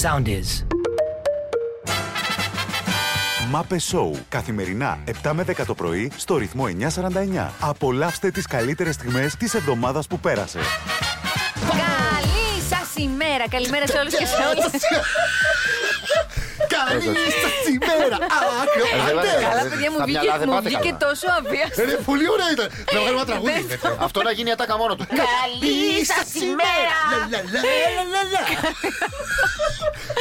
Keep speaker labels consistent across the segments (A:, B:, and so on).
A: Sound is.
B: Μάπε Σόου. Καθημερινά 7 με 10 το πρωί στο ρυθμό 949. Απολαύστε τις καλύτερες στιγμές της εβδομάδας που πέρασε.
C: Καλή σας ημέρα. Καλημέρα σε όλους και σε όλε.
D: Καλή λίστα σήμερα! Άκρο!
C: Ε,
E: βέβαια.
D: Αντέρα!
C: Καλά, παιδιά μου
E: Στα
C: βγήκε,
E: μυαλά δεν
C: μου
E: πάτε
C: βγήκε
E: καλά.
C: τόσο αβίαστο.
D: Ε, Ρε, πολύ ωραία ήταν! Να βγάλουμε ένα τραγούδι.
C: Πες
E: Αυτό να γίνει ατάκα μόνο του.
C: Καλή σα ημέρα.
D: Λα, λα, λα, λα, λα, λα.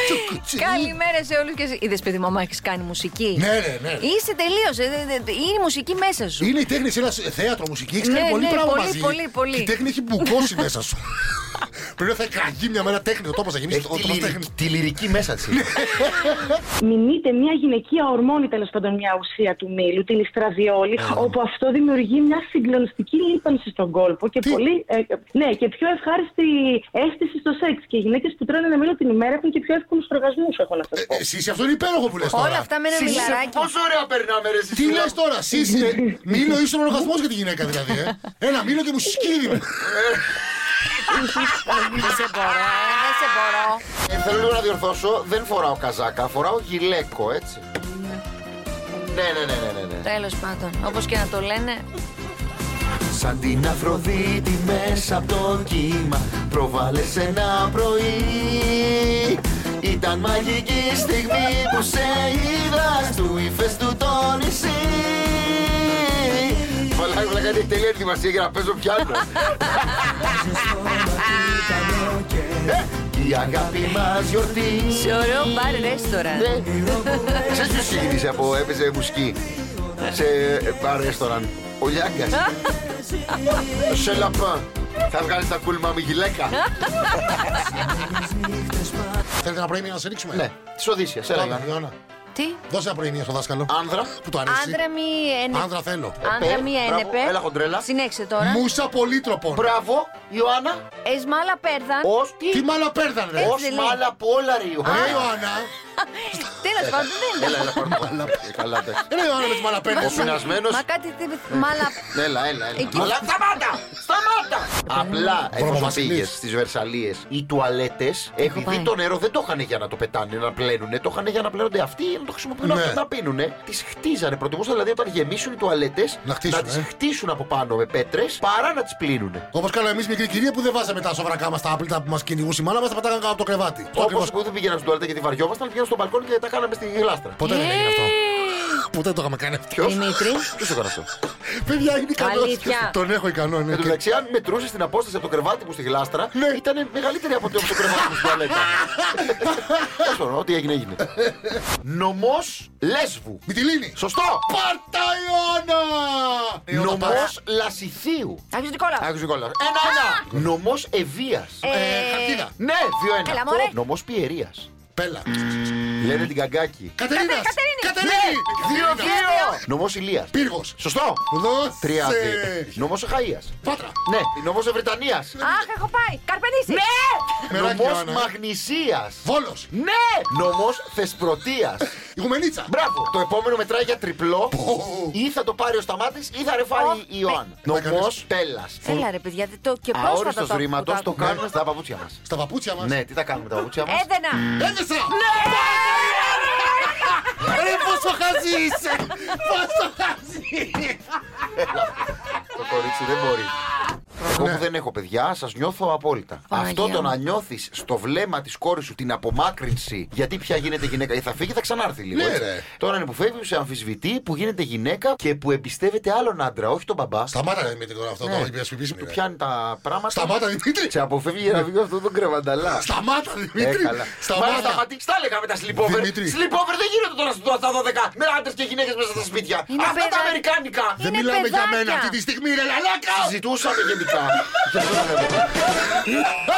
D: Τσουκουτσί.
C: Καλημέρα σε όλους και σε. Είδες παιδί μου, άμα έχεις κάνει μουσική.
D: Ναι, ναι, ναι.
C: Είσαι τελείως. Είναι η μουσική μέσα σου.
D: Είναι η τέχνη σε ένας θέατρο, μουσικής. Έχει
C: Ναι,
D: κάνει πολύ
C: ναι,
D: πράγμα
C: πολύ,
D: μαζί.
C: πολύ, πολύ.
D: Και Η τέχνη έχει μπουκώσει μέσα σου. Πρέπει να θα κραγεί μια μέρα τέχνη. Ο τόπος θα
C: Ε,
D: γεμίσει.
E: Έχει
D: Ο
E: τη,
D: τόπος
E: λυρι-
D: τέχνης.
E: τη λυρική μέσα της.
F: μιμείται μια γυναικεία ορμόνη, τέλος πάντων μια ουσία του μήλου, την ιστραδιόλη,
D: Ε.
F: όπου αυτό δημιουργεί μια συγκλονιστική λίπανση στον κόλπο και
D: Τι?
F: πολύ. ε, ναι, και πιο ευχάριστη αίσθηση στο σεξ. Και οι γυναίκες που τρώνε ένα μήλο την ημέρα έχουν και πιο εύκολους οργασμού, έχω να σας πω.
D: Ε, Εσύ αυτό είναι υπέροχο που λες τώρα.
C: Όλα αυτά με ένα μιλαράκι.
E: Πόσο ωραία περνάμε, ρε, εσύ.
D: Τι λες τώρα, εσύ είσαι μήλο ίσον οργασμό για τη γυναίκα δηλαδή. Ε. Ένα μήλο και μου σκύδι με.
C: Δεν σε μπορώ, ε, δεν σε μπορώ.
E: Ε, Θέλω λίγο να διορθώσω. Δεν φοράω καζάκα, φοράω γυλαίκο, έτσι. Ναι, ναι, ναι, ναι, ναι. ναι.
C: Τέλος πάντων, όπως και να το λένε.
E: Σαν την Αφροδίτη μέσα από το κύμα Προβάλλες ένα πρωί Ήταν μαγική στιγμή που σε είδα Στου ύφες του το νησί Βαλάει βλακά έχει τελεία ετοιμασία για να παίζω πιάνο Ε, Η αγάπη μας γιορτή
C: Σε ωραίο μπαρ ρέστορα.
E: Ναι. Ξέρεις ποιος ξεκίνησε από έπαιζε μουσική σε ε, μπαρ ρέστοραν. Ο Λιάγκας. Σε λαπά. Θα βγάλεις τα κούλμα με γυλαίκα.
D: Θέλετε ένα πρωί να σε ρίξουμε.
E: Ναι, της Οδύσσιας.
D: Πάμε,
E: Έλεγα.
D: Ιωάννα.
C: Τι,
D: Δώσε ένα πρωί στο δάσκαλο.
E: Άνδρα.
D: Που το αρέσει.
C: άνδρα ναι. μη ένεπε.
D: Άνδρα θέλω.
C: Άνδρα μη
E: μπράβο,
C: ένεπε.
E: έλα χοντρέλα.
C: Συνέχισε τώρα.
D: Μούσα πολύτροπον.
E: Μπράβο, Ιωάννα.
C: Εσμάλα πέρδαν.
E: Ως
D: Τι μάλα πέρδαν, ρε.
E: Ως
C: λέει.
E: μάλα από όλα, ρε Ιωάννα.
D: Ρε Ε, Ιωάννα.
C: Τέλος πάντων δεν
E: Έλα,
C: είναι.
E: έλα, παρακαλώ. Ε, Καλά, εντάξει.
D: Ρε Ιωάννα με τη μάλα πέρδαν.
E: Ο πεινασμένος.
C: Μα κάτι. τι- Μάλα.
E: Έλα, έλα, έλα.
C: Εκεί- Ε,
E: Αλλά σταμάτα! Σταμάτα! Απλά εφόσον
D: Βασιλής.
E: πήγε στις Βερσαλίες, οι τουαλέτες, επειδή
C: πάει.
E: το νερό δεν το είχαν για να το πετάνε, να πλένουνε, το είχαν για να πλένονται αυτοί για να το χρησιμοποιούν
D: Ναι.
E: να- να πίνουνε. Τις χτίζανε. Προτιμούσαν δηλαδή όταν γεμίσουν οι τουαλέτες
D: Να χτίσουν,
E: τις
D: ε.
E: χτίσουν από πάνω με πέτρες παρά να τις πλύνουνε.
D: Όπω κάναμε εμεί μικρή κυρία που δεν βάζαμε τα σοβρακά μα τα άπλυτα που μας κυνηγούσε η μάνα μας, τα πατάγαμε κάτω από το κρεβάτι. Αυτό
E: Όπως
D: ακριβώς.
E: που δεν πήγαιναν στην τουαλέτα γιατί βαριόμασταν, αλλά πήγαιναν στον μπαλκόνι και τα κάναμε στη γλάστρα.
D: Ποτέ δεν
C: Ε!
D: έγινε αυτό. Ε. Ποτέ δεν το είχαμε κάνει αυτό.
E: Ποιο?
C: Δημήτρη.
E: Ποιο το έκανε αυτό.
D: Παιδιά, είναι ικανό.
C: Αλήθεια.
D: Τον έχω ικανό, ναι.
E: Εν τω μεταξύ, αν μετρούσες την απόσταση από το κρεβάτι μου στη γλάστρα,
D: Ναι.
E: ήταν μεγαλύτερη από ό,τι από το κρεβάτι μου στην τουαλέτα. Τέλος πάντων, ό,τι έγινε, έγινε. Νομός Λέσβου.
D: Μη τη λύνει.
E: Σωστό!
D: Πάρτα Ιωάννα!
E: Νομό
D: Νομός-
E: Λασιθίου.
C: Άγιος Νικόλας.
E: Άκουσε κόλλα. Ένα, ένα. Νομό Ευεία.
D: Ε, Χαρτίδα.
E: Ναι, δύο, ένα.
C: Έλα, μωρέ.
E: Νομός Πιερίας.
D: Πέλα. Ε.
E: Λένε την καγκάκι.
D: Κατερίνα. Κατερίνη.
E: Δύο, δύο. Νομός Ηλίας.
D: Πύργος.
E: Σωστό.
D: Δώσε.
E: Τρία, Νομός Αχαία.
D: Πάτρα.
E: Ναι, νομός Ευρετανία.
C: Αχ, έχω πάει. Καρπενήσι.
D: Μεράκι,
E: Νομός
D: Ιωάννα, ε.
E: Μαγνησίας.
D: Βόλος.
E: Ναι! Νομός Θεσπρωτεία.
D: Ηγουμενίτσα.
E: Μπράβο! Το επόμενο μετράει για τριπλό. ή θα το πάρει ο Σταμάτης ή θα ρεφάρει η Ιωάννα.
D: Να
E: Νομός
D: κάνεις.
E: Πέλλα.
C: Έλα ρε παιδιά, δεν το και πρόσφατα
E: Αόριστος
C: το Ε,
E: ρήματος το
C: ακούω.
E: κάνουμε στα παπούτσια μας.
D: Στα παπούτσια μας.
E: Ναι, τι θα κάνουμε με τα παπούτσια μας.
C: Έδενα.
D: Έδεσα. Ρε Ε, πόσο χαζή είσαι. Πόσο χαζή.
E: Το κορίτσι δεν μπορεί. Εγώ
D: Ναι.
E: που δεν έχω παιδιά, σας νιώθω απόλυτα.
C: Παναγία
E: Αυτό το
C: μου.
E: να νιώθεις στο βλέμμα της κόρης σου την απομάκρυνση, γιατί πια γίνεται γυναίκα, ή θα φύγει, θα ξανάρθει λίγο.
D: Ναι,
E: έτσι.
D: ρε.
E: Τώρα είναι που φεύγει, που σε αμφισβητεί, που γίνεται γυναίκα και που εμπιστεύεται άλλον άντρα, όχι τον μπαμπά.
D: Σταμάτα ρε Δημήτρη τώρα αυτό το
E: Ναι.
D: είπες, πεις,
E: Του
D: ρε.
E: πιάνει τα πράγματα.
D: Σταμάτα Δημήτρη.
E: Σε αποφεύγει για να βγει αυτό τον κρεβανταλά.
D: Σταμάτα
E: Ε,
D: Δημήτρη.
E: καλά. Μα
D: Σταμάτα.
E: σταματήξ, τα λέγαμε τα sleepover.
D: Δημήτρη.
E: Sleepover δεν γίνεται τώρα στα 12 με άντρες και γυναίκες μέσα στα σπίτια.
C: Είναι
E: Αυτά τα
C: παιδά-
E: αμερικάνικα.
D: Δεν
C: Είναι
D: μιλάμε για
C: παιδάκια.
D: μένα αυτή τη στιγμή, ρε λαλάκα!
E: Συζητούσαμε γενικά. Γι' αυτό δεν βλέπω.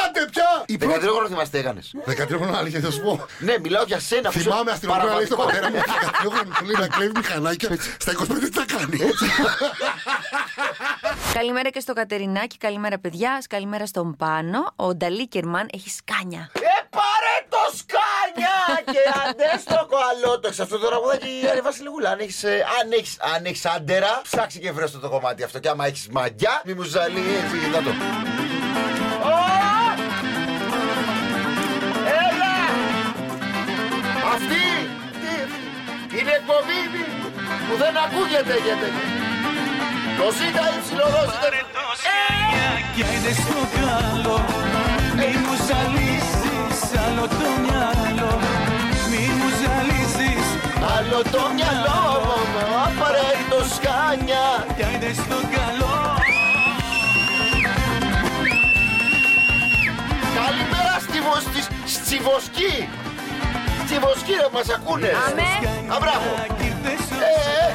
D: Άντε πια! Η πρώτη.
E: 13 χρόνια θυμάστε έκανε.
D: 13 χρόνια, αλήθεια, θα σου πω.
E: Ναι, μιλάω για σένα που
D: Θυμάμαι
E: είσαι
D: αστυνομικό να λέει στον
E: παραβατικός.
D: πατέρα μου 13 χρόνια πολύ να κλέβει μηχανάκια. Στα 25 τι θα κάνει.
C: Καλημέρα και στο Κατερινάκι, καλημέρα παιδιά, καλημέρα στον Πάνο. Ο Νταλίκερμαν έχει σκάνια.
E: Ε, πάρε το σκάνια! και αντέστροκο αλότο. Σε αυτό το τραγουδάκι, Άρη Βασιλεγούλα, αν έχεις, ε, αν έχεις, αν έχεις άντερα, ψάξει και βρες το, το κομμάτι αυτό. Και άμα έχεις μαγιά, μη μου ζαλεί, έτσι, κοιτά το. Ω! Έλα! που δεν ακούγεται γιατί. Το ε, ζήτα υψηλοδόση δεν
A: Κι άιντε στο καλό Μη μου ζαλίζεις άλλο το μυαλό Μη μου ζαλίζεις
E: Άλλο το μυαλό μου απαραίτητος σκάνια
A: Κι άιντε στο καλό
E: Καλημέρα στη βοσ... της- στη βοσκή Στη βοσκή ρε μας ακούνε
C: Αμέ.
E: Α, μπράβο.
A: Κι ήρθες στο
E: Ε, ε,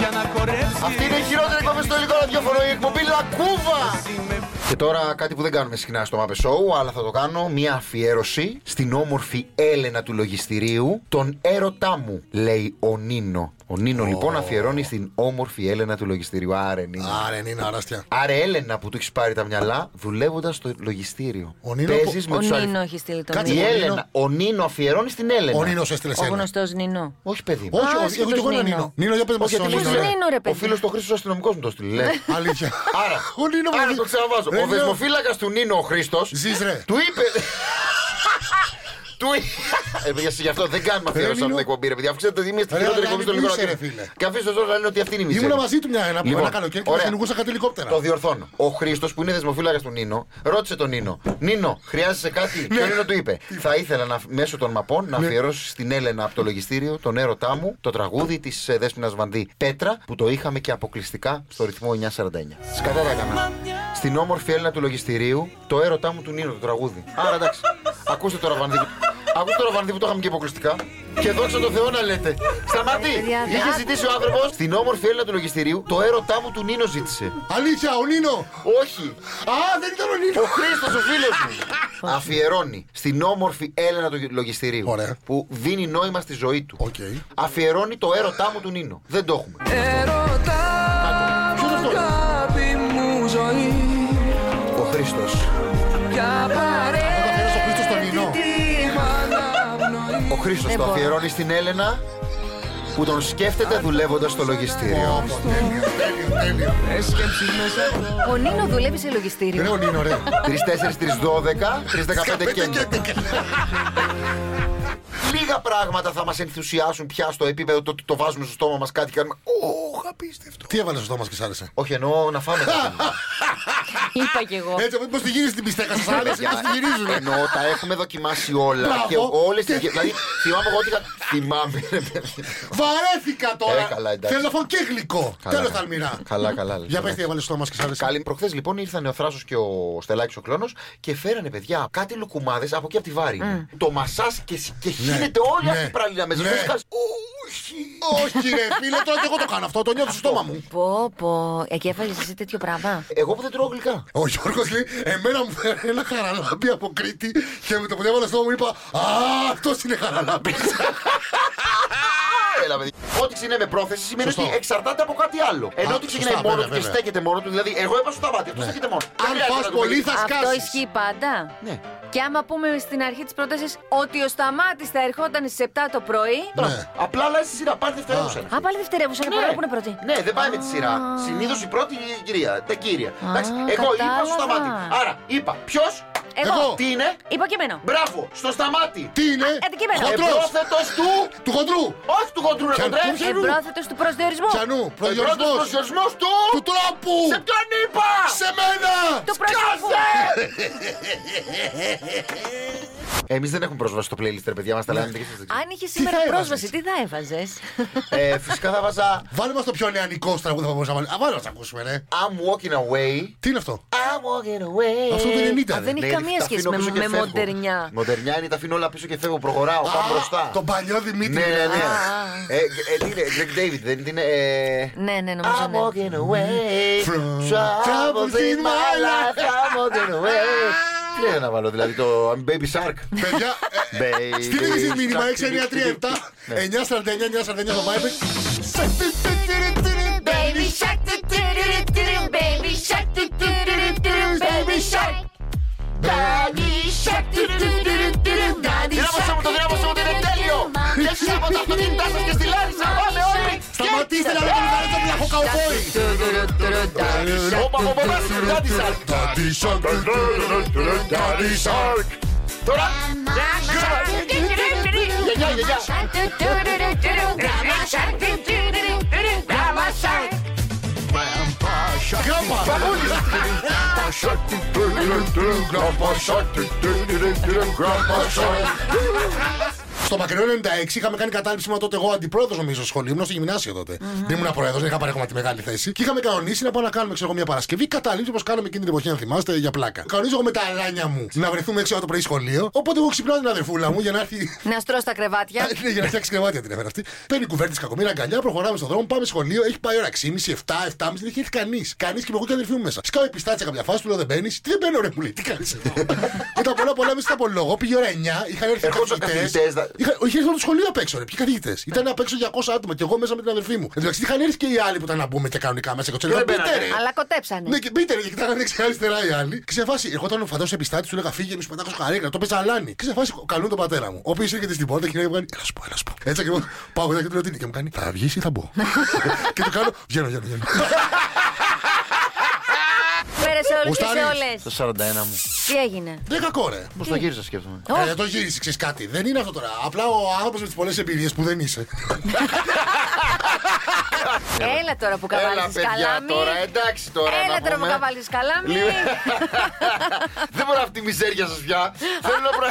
A: Για να χορέψεις
E: Αυτή είναι η χειρότερη εκπομπή στο ελληνικό ραδιόφωνο, η εκπομπή Λακούβα!
A: Είμαι
E: Και τώρα κάτι που δεν κάνουμε συχνά στο Mape Show, αλλά θα το κάνω, μια αφιέρωση στην όμορφη Έλενα του λογιστηρίου, τον έρωτά μου, λέει ο Νίνο. Ο Νίνο λοιπόν αφιερώνει στην όμορφη Έλενα του λογιστηρίου. Άρε Νίνο.
D: Άρε, Νίνα, αράστια.
E: Άρε Έλενα που του έχεις πάρει τα μυαλά δουλεύοντας στο λογιστήριο.
D: Ο Νίνο
E: Παίζεις
C: Ο
E: με τους
C: Νίνο
E: αριθμούς.
C: έχει στείλει το
D: Κάτσε,
E: Η
C: μήνυμα.
D: Ο
E: Έλενα. Ο Νίνο αφιερώνει στην Έλενα.
D: Ο Νίνος έστειλε
C: Ο
D: σένα.
C: γνωστός Νίνο.
E: Όχι παιδί μου.
D: Όχι,
C: Α,
D: όχι, έχω και εγώ
C: σκέτος
D: ένα
C: Νίνο.
D: Νίνο. Νίνο, για πες μας
E: Όχι,
D: τον
E: γιατί
D: Νίνο.
E: λες,
D: ρε.
E: ρε.
C: Νίνο, ρε
E: Ο
C: παιδί.
E: φίλο του Χρήστο αστυνομικό μου το στείλει. λέει.
D: Αλήθεια.
E: Άρα,
D: Ο Νίνο μου
E: άρα
D: δει-
E: το ξαναβάζω.
D: Ρε,
E: Ο
D: Νίνο.
E: δεσμοφύλακας του Νίνο, ο Χρήστος.
D: Ζεις, ρε.
E: Του είπε. Του είπε. Ε, παιδιά, Γι' αυτό δεν κάνουμε αφιέρωση
D: Νίνο.
E: από την εκπομπή, ρε παιδιά. Αφού ξέρετε ότι είμαι στη
D: Ρε,
E: χειρότερη
D: αλλά
E: εκπομπή
D: είναι
E: στο
D: πλούσια,
E: ελληνικό
D: ρε,
E: ραδιόφωνο.
D: φίλε.
E: Και αφήστε τώρα να λένε ότι αυτή είναι η μισή.
D: Ήμουνα μαζί του μια, ένα,
E: Λοιπόν,
D: ένα καλοκαίρι και
E: ωραία.
D: μας κυνηγούσα κάτι ελικόπτερα.
E: Το διορθώνω. Ο Χρήστος που είναι δεσμοφύλακας του Νίνο, ρώτησε τον Νίνο. Νίνο, χρειάζεσαι κάτι.
D: Ναι.
E: και ο Νίνο του είπε. Θα ήθελα να, μέσω των μαπών να αφιερώσεις στην Έλενα από το λογιστήριο τον έρωτά μου, το τραγούδι της Δέσπινας Βανδί Πέτρα που το είχαμε και αποκλειστικά στο ρυθμό 949. Σκατά τα έκανα. Στην όμορφη Έλενα του λογιστηρίου, το έρωτά μου του Νίνο το τραγούδι. Άρα εντάξει. Ακούστε τώρα Βανδί. Ακούστε τώρα Βανδί που το είχαμε και αποκλειστικά. Και δόξα τω Θεώ να λέτε. Σταματή!
C: παιδιά,
E: Είχε
C: άκου.
E: ζητήσει ο άνθρωπος στην όμορφη Έλενα του λογιστηρίου, το έρωτά μου του Νίνο ζήτησε.
D: Αλήθεια, ο Νίνο.
E: Όχι.
D: Α, δεν ήταν ο
E: Ο
D: Νίνο.
E: Χρήστος, ο φίλος μου. Αφιερώνει στην όμορφη Έλενα του λογιστηρίου.
D: Ωραία.
E: Που δίνει νόημα στη ζωή του.
D: Οκ.
E: Αφιερώνει το έρωτά μου του Νίνο. Δεν το έχουμε.
D: Ποιος είναι αυτό, ρε.
E: Ο Χρήστο. Ε,
D: Ο Χρήστος τον Νίνο.
E: Ο Χρήστος
C: Δεν
E: το
C: μπορώ.
E: αφιερώνεις στην Έλενα που τον σκέφτεται δουλεύοντα στο λογιστήριο.
D: Όπο, τέλειο, τέλειο, τέλειο.
C: Ο Νίνο δουλεύει σε
D: Ρε,
C: λογιστήριο.
D: ο Νίνο, ρε.
E: 3-4-3-12, 3-15 και 11. Λίγα πράγματα θα μας ενθουσιάσουν πια στο επίπεδο το ότι το βάζουμε στο στόμα μας κάτι και κάνουμε. Ωχ, απίστευτο.
D: Τι έβαλες στο στόμα και σ' άρεσε.
E: Όχι, εννοώ να φάμε. κάτι.
C: Είπα κι εγώ.
D: Έτσι, πώ τη γυρίζει την πιστέκα, σας άρεσε, πώ τη γυρίζουν.
E: Ενώ τα έχουμε δοκιμάσει όλα
D: Μπράβο.
E: και όλες τις.
D: Και-
E: Δηλαδή, θυμάμαι εγώ ότι. είχα- Θυμάμαι, ρε παιδί.
D: Βαρέθηκα τώρα.
E: Ε, καλά, εντάξει.
D: Θέλω να φάω και γλυκό.
E: Καλά.
D: Τέλος τα αλμυρά.
E: Καλά, καλά, λες,
D: Για πε
E: εντάξει.
D: τι έβαλες στο στόμα και σ' άρεσε.
E: Καλή προχθές λοιπόν ήρθαν ο Θράσος και ο Στελάκης ο Κλόνο και φέρανε παιδιά κάτι λουκουμάδες από εκεί από τη βάρη.
C: Mm.
E: Το μασά και, σ- και χύνεται όλη αυτή
D: Ναι.
E: η πραλίνα μέσα.
D: Ναι.
E: Σου σκάς, Όχι.
D: Όχι, ρε φίλε, τώρα και εγώ το κάνω αυτό. Το νιώθω στο στόμα μου.
C: Πω, πω. Εκεί έφαγες εσύ τέτοιο πράγμα.
E: Εγώ που δεν τρώω γλυκά.
D: Ο Γιώργος λέει: Εμένα μου φέρε ένα χαραλάμπι από Κρήτη και με το που διάβαλα στο μου είπα Α, αυτός είναι χαραλάμπι.
E: Έλα, παιδί. Ό,τι ξεκινάει με πρόθεση σημαίνει
D: Σωστό.
E: ότι εξαρτάται από κάτι άλλο. Ενώ
D: Α,
E: ότι ξεκινάει
D: σωστά,
E: μόνο του
D: βέβαια,
E: και
D: βέβαια. Ναι.
E: στέκεται μόνο του, δηλαδή εγώ είπα στο σταμάτη, αυτό στέκεται μόνο. Δεν
D: Αν
E: χρειάζεται
D: φας
E: να το
D: πολύ
E: δοκιμάσεις.
D: θα
C: Αυτό
D: σκάσει.
C: ισχύει πάντα.
E: Ναι.
C: Και άμα πούμε στην αρχή της πρότασης ότι ο Σταμάτης θα ερχόταν στις 7 το πρωί.
D: Ναι.
E: Απλά λέει στη σειρά, πάρε δευτερεύουσα.
C: Α, πάλι λοιπόν, δευτερεύουσαν παρόλο που είναι πρώτη.
E: Ναι, δεν πάει με τη σειρά. Συνήθως η πρώτη η κυρία, τα κύρια. Εντάξει, εγώ είπα
C: κατάλαβα.
E: στο σταμάτη. Άρα, είπα ποιος,
D: Εγώ.
C: Εγώ.
E: τι είναι,
C: Είπα και εμένα.
E: μπράβο, στο σταμάτη.
D: Τι είναι,
C: αντικείμενο.
E: Ε,
D: χοντρό
E: Επρόθετο του.
D: του χοντρού.
E: Όχι του χοντρού, ρε
D: Ποια-
E: κοντρέ.
D: ποια-
C: Εμπρόθετος του προσδιορισμού.
D: Πιανού,
E: Επρόθετο
D: προδιορισμό
E: προσδιορισμό
D: του
E: του. Ε, Σε
D: τρόπου.
E: ποιον είπα!
D: Σε μένα!
C: Του προσδιορισμού.
E: Εμείς δεν έχουμε πρόσβαση στο playlist, ρε παιδιά μας, τα λέμε και σας
C: Αν είχε σήμερα
D: θα έβαζες?
C: πρόσβαση, τι θα έβαζες.
E: Ε, Φυσικά θα βάζα
D: Βάλε μα το πιο νεανικό τραγούδι που μπορούσα να βάλει. Α, βάλε να σ' ακούσουμε, ρε.
E: I'm walking away.
D: Τι είναι αυτό.
E: I'm walking away.
D: Αυτό το 90
C: Α, δεν
D: ρε.
C: είναι
E: Ναι,
C: καμία
E: τα
C: σχέση
E: αφήνω
C: με,
E: πίσω και
C: με
E: φεύγω.
C: μοντερνιά.
E: Μοντερνιά είναι τα αφήνω όλα πίσω και φεύγω. Προχωράω, πάω
D: Α,
E: μπροστά.
D: Τον παλιό
E: Ναι,
D: Δημήτρη.
E: ναι, ναι.
C: Α.
E: Ε, ε, τι είναι, Greg David, δεν είναι. ε,
C: Ναι, ναι, νομίζω
E: I'm
C: ναι.
E: walking away
D: From
E: troubles in my life.
D: troubles.
E: I'm walking away. Τι λέει να βάλω, δηλαδή το I'm Baby Shark.
D: Παιδιά, ε, ε,
E: Baby
D: στείλτε εσείς
E: shark.
D: μήνυμα 6937
E: Ναι.
D: 949 949 στο Viber.
C: Baby shark, του, του, του, του, του, baby shark, του, του, του, του, του, baby shark. Daddy shark, του, του, του, του, του, daddy
E: Δυνάμωσέ
C: shark,
E: μου το, δυνάμωσέ μου το, είναι τέλειο. Λέσσες από τα αυτοκίνητά σας και στη Λάρισα, πάμε όλοι.
D: Σταματήστε να λέτε μεγάλο τον βλαχό καουμπόι.
E: Ο Παπαπαπάς είναι Daddy Shark.
D: Daddy Shark, Daddy Shark.
E: Τώρα,
G: Γεια, γεια, γεια.
E: Παγούλης.
D: Στο μακρινό 96 είχαμε κάνει κατάληψη με τότε εγώ αντιπρόεδρος νομίζω στο σχολείο. Ήμουν στο γυμνάσιο τότε. Δεν ήμουν πρόεδρος, δεν είχα πάρει ακόμα τη μεγάλη θέση. Και είχαμε κανονίσει να πάμε να κάνουμε ξέρω, εγώ, μια Παρασκευή κατάληψη όπως κάναμε εκείνη την εποχή, αν θυμάστε, για πλάκα. Κανονίζω εγώ με τα αλάνια μου να βρεθούμε 6 ώρα το πρωί σχολείο. Οπότε εγώ ξυπνάω την αδερφούλα μου για να έρθει
G: Να στρώσει τα κρεβάτια.
E: Ε,
D: ναι, για να φτιάξει κρεβάτια την έφερε αυτή. Παίρνει κουβέρτη κακομοίρα, αγκαλιά, προχωράμε στον δρόμο, πάμε σχολείο, έχει πάει ώρα 6.30, 7, 7.30, δεν έχει έρθει κανείς. Κανείς και με εγώ και αδερφή μου μέσα. Σκάω η πιστάτσα κάποια φάση, του λέω δεν μπαίνεις. Τι δεν μπαίνω, ρε μου λέει, τι κάνεις εδώ. Μετά πολλά πολλά μέσα στα απολογώ, πήγε ώρα 9, είχαν έρθει
E: Ερχόντουσαν καθηγητές,
D: καθηγητές.
E: δα-
D: Είχα, όχι, ήρθαν από το σχολείο απ' έξω. Ρε. Ποιοι καθηγητές. Ήταν απ' έξω 200 άτομα και εγώ μέσα με την αδερφή μου. Εν τω μεταξύ είχαν έρθει και οι άλλοι που ήταν να μπούμε και κανονικά μέσα. Και του λέγανε,
E: δεν μπαίνανε.
D: «Μπείτε, ρε».
G: Αλλά κοτέψανε.
D: Ναι, και μπείτε ρε, και κοιτάγανε δεξιά αριστερά οι άλλοι. Και σε φάση, εγώ όταν ο φαντάζω επιστάτης, του λέγα φύγε, μη σου πετάξω καρέκλα, το πες αλάνι. Και σε φάση, καλούν τον πατέρα μου. Ο οποίος έρχεται στην πόρτα και λέει, μου κάνει, Ελά σου πω, ελά σου πω. Έτσι ακριβώς πάω εδώ και του λέω τι είναι και μου κάνει, Θα βγεις ή θα μπω. και του κάνω, Βγαίνω, βγαίνω, βγαίνω.
G: Φέρε σε όλου και
D: Γουστάρεις.
G: σε όλε.
E: Το 41 μου.
G: Τι έγινε.
D: Δεν Ναι, κακό ρε.
E: Πώς το γύρισα σκέφτομαι.
G: Ω,
D: Ε, το γύρισε, ξέρεις κάτι. Δεν είναι αυτό τώρα. Απλά ο άνθρωπος με τις πολλές εμπειρίες που δεν είσαι.
G: Έλα τώρα που
E: Έλα,
G: καβάλεις
E: παιδιά
G: καλάμι.
E: τώρα, εντάξει τώρα.
G: Έλα
E: να
G: τώρα που
E: πούμε.
G: καβάλεις καλάμι.
E: Λίγο- Δεν μπορώ αυτή η μιζέρια σας πια. Θέλω να προ...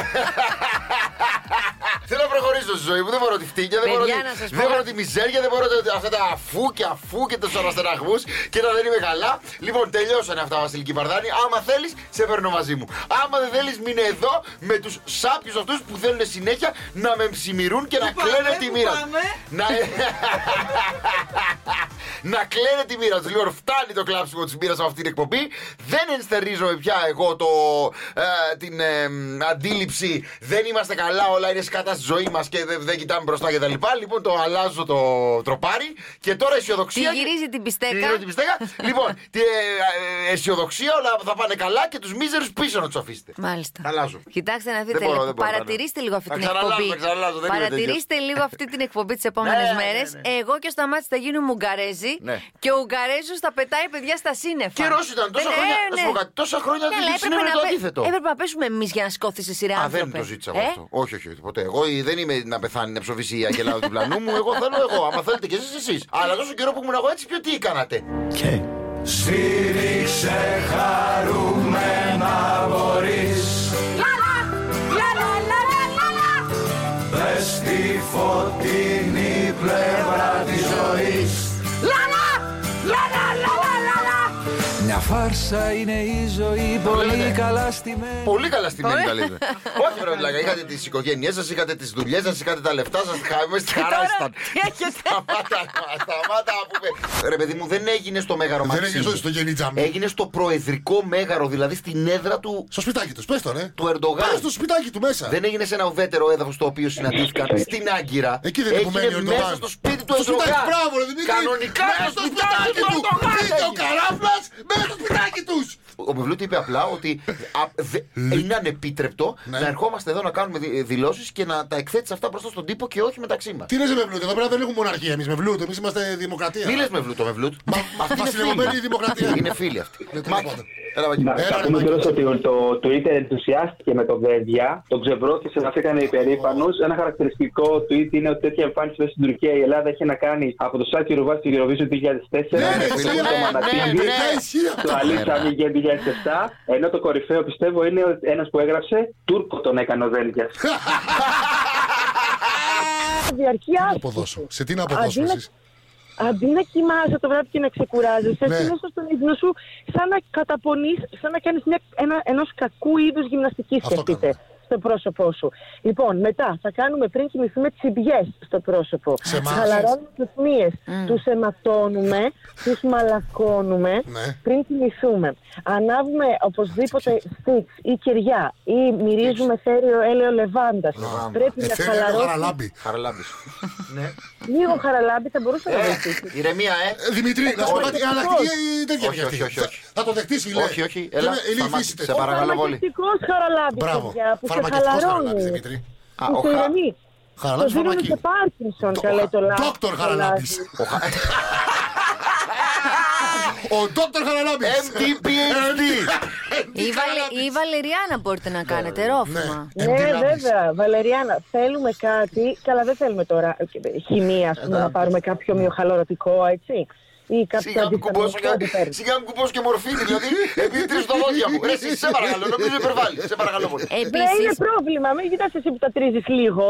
E: Θέλω να προχωρήσω στη ζωή μου. Δεν μπορώ τη φτύκια, δεν μπορώ,
G: Παιδιά,
E: τη...
G: να σας πω
E: δεν μπορώ
G: κάτι.
E: τη μιζέρια, δεν μπορώ τα- αυτά τα αφού και αφού και του αναστεναγμούς και να δεν είμαι καλά. Λοιπόν, τελειώσανε αυτά, Βασιλική Παρδάνη. Άμα θέλεις, σε παίρνω μαζί μου. Άμα δεν θέλεις, μείνε εδώ με τους σάπιους αυτούς που θέλουν συνέχεια να με ψημιρούν και να
A: πάμε,
E: κλαίνε τη
A: πού
E: μοίρα.
A: πάμε?
E: Να... να κλαίνε τη μοίρα τους. Λέω, φτάνει το κλάψιμο της μοίρας από αυτήν την εκπομπή. Δεν ενστερίζομαι πια εγώ το, ε, την ε, μ, αντίληψη. Δεν είμαστε καλά, όλα είναι σκάτα στη ζωή μας και δεν, δεν κοιτάμε μπροστά κτλ. Λοιπόν, το αλλάζω το τροπάρι και τώρα αισιοδοξία.
G: Τη γυρίζει την πιστέκα.
E: Τη γυρίζω την πιστέκα. λοιπόν, τη, ε, ε, αισιοδοξία, όλα θα πάνε καλά και τους μίζερους πίσω να τους αφήσετε.
G: Μάλιστα.
E: Αλλάζω.
G: Κοιτάξτε να δείτε.
E: Δεν μπορώ,
G: λίγο.
E: δεν μπορώ, ναι.
G: παρατηρήστε
E: κάνω.
G: λίγο αυτή
E: Θα
G: την
E: ξαναλάβω,
G: εκπομπή.
E: θα ξαναλάβω, δεν είμαι
G: παρατηρήστε λίγο αυτή την εκπομπή τις επόμενες
E: Ναι, ναι,
G: μέρες.
E: ναι.
G: Εγώ και ο Σταμάτη θα γίνουμε Ουγγαρέζοι
E: Ναι.
G: και ο Ουγγαρέζος θα πετάει παιδιά στα σύννεφα.
E: Καιρός ήταν τόσα
G: Δεν-
E: χρόνια.
G: ε,
E: Να σου
G: ναι.
E: πω κάτι, τόσα χρόνια
G: Ναι, αλλά
E: δεν
G: έπρεπε
E: συνέβαινε
G: να
E: το
G: πέ-
E: αντίθετο.
G: Έπρεπε να πέσουμε εμείς για να σκόθει σε σειρά
E: Α, δεν
G: άνθρωπε.
E: το ζήτησα
G: Ε?
E: εγώ αυτό. Όχι, όχι, όχι, ποτέ. Εγώ η- δεν είμαι να πεθάνει, να ψοφήσει η Αγγελάδου του πλανού μου. Εγώ θέλω εγώ. Άμα θέλετε κι εσείς, εσείς. Αλλά τόσο καιρό που ήμουν εγώ έτσι, ποιο τι κάνατε.
A: Μια φάρσα είναι η ζωή,
E: λέτε.
A: πολύ καλά στημένη.
E: Πολύ καλά στη μένη καλύτερα. Όχι, βρε βλάκα. Είχατε τις οικογένειές σας, είχατε τις δουλειές σας, είχατε τα λεφτά σας. Χάμε στη χαρά
G: Τώρα
E: ήσταν.
G: τι έχετε.
E: Σταμάτα, σταμάτα που με. Ρε παιδί μου, δεν έγινε στο μέγαρο
D: Δεν έγινε
E: Μαξίμου.
D: στο γενιτζαμί.
E: Έγινε στο προεδρικό μέγαρο, δηλαδή στην έδρα του,
D: Στο σπιτάκι τους, πες το ρε.
E: του Ερντογάν.
D: Πες στο σπιτάκι του μέσα.
E: Δεν έγινε σε ένα ουδέτερο έδαφος το οποίο συναντήθηκαν στην Άγκυρα.
D: Εκεί δεν είναι που μένει ο
E: Έγινε μέσα
D: Ερντογάν.
E: στο σπίτι του
D: Στο σπιτάκι,
E: Ερντογάν.
D: μπράβο, ρε Δημήτρη.
E: Κανονικά
D: Μέσα
E: στο σπιτάκι του Ερντογάν.
D: Βγήκε ο
E: έγινε.
D: καράφλα μέσα στο σπιτάκι τους.
E: Ο Μευλούτη είπε απλά ότι α, δε- είναι ανεπίτρεπτο
D: Ναι.
E: να ερχόμαστε εδώ να κάνουμε δηλώσεις και να τα εκθέτεις αυτά μπροστά στον τύπο και όχι μεταξύ μας.
D: Τι λες με βλούτε, εδώ πέρα δεν έχουμε μοναρχία εμείς με βλούτε, εμείς είμαστε δημοκρατία.
E: Μη λες Μευλούτ, το Μευλούτ. Αυτή είναι
D: βασιλευμένη
E: φίλη.
D: η δημοκρατία.
E: Είναι φίλη αυτή.
D: Ναι, τι να
E: Μάκη.
D: πω.
E: Έλα, Μάκη.
H: Να
D: Έλα, ρε,
H: πούμε
D: Μάκη.
H: κιόλας ότι ο- το Twitter ενθουσιάστηκε με τον Γκρεδιά, τον ξεβρώθησε να φύγανε υπερήφανο. Ένα χαρακτηριστικό tweet είναι ότι τέτοια εμφάνιση μέσα στην Τουρκία η Ελλάδα έχει να κάνει από το Σάκη Ρουβά στην Eurovision 2004.
D: Ναι, ρε,
H: με
D: εσύ,
H: το
D: ναι,
H: Μανατίδη,
E: ναι,
D: Ναι, ισχύει
H: Το
D: αυτό.
H: Αλίτσα Μιγέν 2007. Ενώ το κορυφαίο πιστεύω είναι ένας που έγραψε Τούρκο τον έκανε ο Δέλγια.
F: Διαρκεί
D: Να αποδώσω. Σε τι να αποδώσουμε
F: Αντί να-
D: εσείς.
F: Αντί να κοιμάσαι το βράδυ και να ξεκουράζεσαι,
D: Ναι.
F: ναι. μέσα στον ύπνο σου σαν να καταπονείς, σαν να κάνεις μια, ένα, ενός κακού είδους γυμναστικής
D: Αυτό
F: σκεφτείτε
D: κάνουμε.
F: στο πρόσωπό σου. Λοιπόν, μετά θα κάνουμε πριν κοιμηθούμε τσιμπιές στο πρόσωπο.
D: Σε εμάς.
F: Χαλαρώνουμε τις μύες, τους αιματώνουμε, τους μαλακώνουμε
D: Ναι.
F: πριν κοιμηθούμε. Ανάβουμε οπωσδήποτε στίξ ή κεριά ή μυρίζουμε θέριο έλαιο λεβάντας. Πρέπει
D: Ε,
F: να
D: Θέλει ένα
F: χαλαρώσουμε.
D: χαραλάμπι.
E: Χαραλάμπη. Ναι.
F: Λίγο χαραλάμπι θα μπορούσε να
E: Ε,
F: βοηθήσει.
E: Ηρεμία, ε.
D: Ε, Δημητρή, να σου πω
E: Όχι.
D: κάτι. Αλλακτική ή τέτοια.
E: Όχι,
D: είναι αυτή.
E: όχι, όχι, όχι.
D: Θα- Θα το δεχτείς, λέει.
E: Όχι, όχι, έλα,
D: Και είναι- Είναι η
E: σταμάτη,
D: φύση της.
E: σε παρακαλώ. πολύ.
F: Φαρμακευτικός χαραλάμπι,
D: Μπράβο.
F: παιδιά, που σε
D: Φαρμακευτικός
F: χαλαρώνει.
D: χαραλάμπι, Δημήτρη.
E: Α,
F: Που
E: ο
F: σε
E: χα-
F: ηρεμεί. Το
D: Χαραλάμπι
F: δίνουν
D: φαρμακείο.
F: σε Πάρκινσον,
D: Το-
F: καλέ το λάδι.
D: Δόκτωρ Χαραλάμπης. Ο Δόκτωρ Χαραλάμπης.
E: MD, PhD.
G: Ή Βαλε- Ή Βαλεριάνα μπορείτε να κάνετε ρόφημα.
F: Ναι, βέβαια, Βαλεριάνα, θέλουμε ε, κάτι. Καλά, δεν θέλουμε τώρα ε, χημεία, ας πούμε, να πάρουμε κάποιο μειοχαλωρωτικό, έτσι. ή
E: Σιγά
F: κάποια
E: μου κουμπώσω
F: αντισταθμιστικό
E: και,
F: αντιπέρασμα.
E: σιγά μου κουμπώσω και μορφήνη, δηλαδή επιτρέψει τα δόντια μου. Ρε, εσύ, σε παρακαλώ, νομίζω υπερβάλλεις. Σε παρακαλώ πολύ.
F: Ναι, είναι
C: Επίσης,
F: πρόβλημα. Μην κοιτάς εσύ που τα τρίζεις λίγο.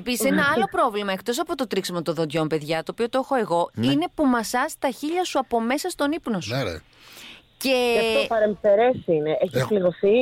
C: επίσης ένα άλλο πρόβλημα, εκτός από το τρίξιμο των δοντιών, παιδιά, το οποίο το έχω εγώ, είναι που μασάς τα χείλια σου από μέσα στον ύπνο σου.
D: Ναι, ρε.
C: Και,
F: Γι' αυτό παρεμφερές είναι. Έχεις
D: έχω-
F: πληγωθεί.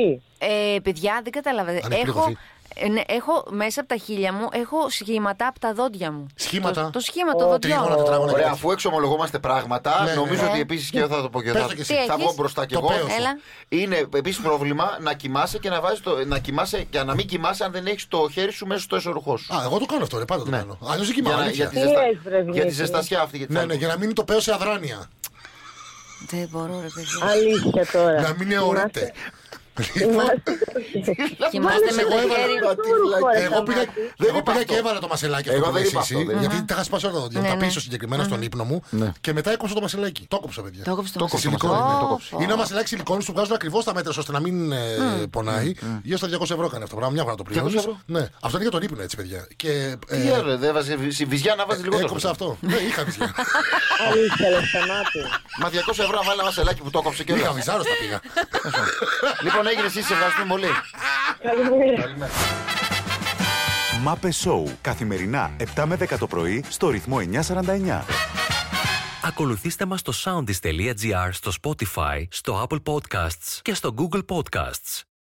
C: ε, παιδιά, δεν καταλαβαίνετε.
D: Αν έχει
C: Έχω,
D: πληγωθεί.
C: ε, ναι, έχω μέσα από τα χείλια μου, έχω σχήματα από τα δόντια μου.
D: Σχήματα.
C: Το, το σχήμα των δοντιών.
D: τρίγωνα, τετράγωνα.
E: Ωραία, αφού εξομολογόμαστε πράγματα,
D: Ναι, ναι.
E: νομίζω
D: Ναι.
E: ότι επίσης και εγώ θα το πω και εδώ.
D: Πες το κι
C: εσύ.
E: Θα
C: Τι
E: βγω
C: έχεις?
E: μπροστά κι
D: Το
E: εγώ.
D: πέος σου.
C: Έλα.
E: Είναι επίσης πρόβλημα να κοιμάσαι και να, βάζεις το, να κοιμάσαι και να μην κοιμάσαι αν δεν έχεις το χέρι σου μέσα στο εσωρουχό σου.
D: Α, εγώ το κάνω αυτό, ρε, πάντα το
E: Ναι.
D: κάνω. Αλλιώς δεν
E: Για,
D: κοιμάμαι.
E: να, για,
D: αλήθεια.
E: τη
F: Τι
E: ζεστα...
F: λες, βρε,
E: για τη
F: Δημήτρη.
C: ε?
E: ζεστασιά αυτή. Για τη
D: Ναι, ναι,
E: θάλασσα.
D: για να μείνει το παίο σε αδράνεια.
C: Δεν μπορώ, ρε παιδιά.
F: Αλήθεια
E: Ναι.
F: τώρα.
D: Να μην αιωρείται. Λοιπόν,
F: Είμαστε-
C: Κοιμάστε με
D: Εγώ
C: το
D: έβαλα-
C: χέρι.
F: Είμαστε- Ωραία,
D: εγώ πήγα,
F: σταμάτη.
E: Δεν
D: εγώ
E: είπα
D: πήγα
E: αυτό.
D: και έβαλα το μασελάκι αυτό
E: Εγώ
D: που
E: δεν
D: λες
E: είπα αυτό,
D: εσύ,
E: δεν είπα. Ναι.
D: γιατί τα είχα σπάσει όλα τα δόντια.
C: Ναι,
D: Τα
C: ναι.
D: πίσω συγκεκριμένα στον ύπνο μου και μετά έκοψα το μασελάκι. Το έκοψα, παιδιά.
C: Το έκοψες το
E: Το
C: μάτι.
E: κόψε,
D: Σιλικόνη,
E: ναι, το
C: Ω,
E: κόψε.
C: πω.
D: Είναι ένα μασελάκι σιλικόνης που βγάζουν ακριβώς τα μέτρα ώστε να μην ε, πονάει. Γύρω στα 200 ευρώ κάνει αυτό. Πράγμα μια φορά το
E: 200
D: πλήρω.
E: ευρώ.
D: Ναι. Αυτό είναι για τον ύπνο, έτσι, παιδιά. Και ε,
E: Τι ωραία, δεν βάζει βυζιά να βάζει λιγότερο.
D: έκοψα αυτό. Ναι, είχα βυζιά.
F: Αλήθεια, ρε, σταμάτη.
E: Μα 200 ευρώ να βάλει ένα μασελάκι που το έκοψε και
D: Είχα
E: όλα.
D: βυζάρο τα πήγα.
E: Λοιπόν, έγινε εσύ, σε ευχαριστούμε πολύ.
F: Καλημέρα.
B: Μάπε Σόου. Καθημερινά 7 με 10 το πρωί στο ρυθμό 949.
A: Ακολουθήστε μας στο soundis.gr, στο Spotify, στο Apple Podcasts και στο Google Podcasts.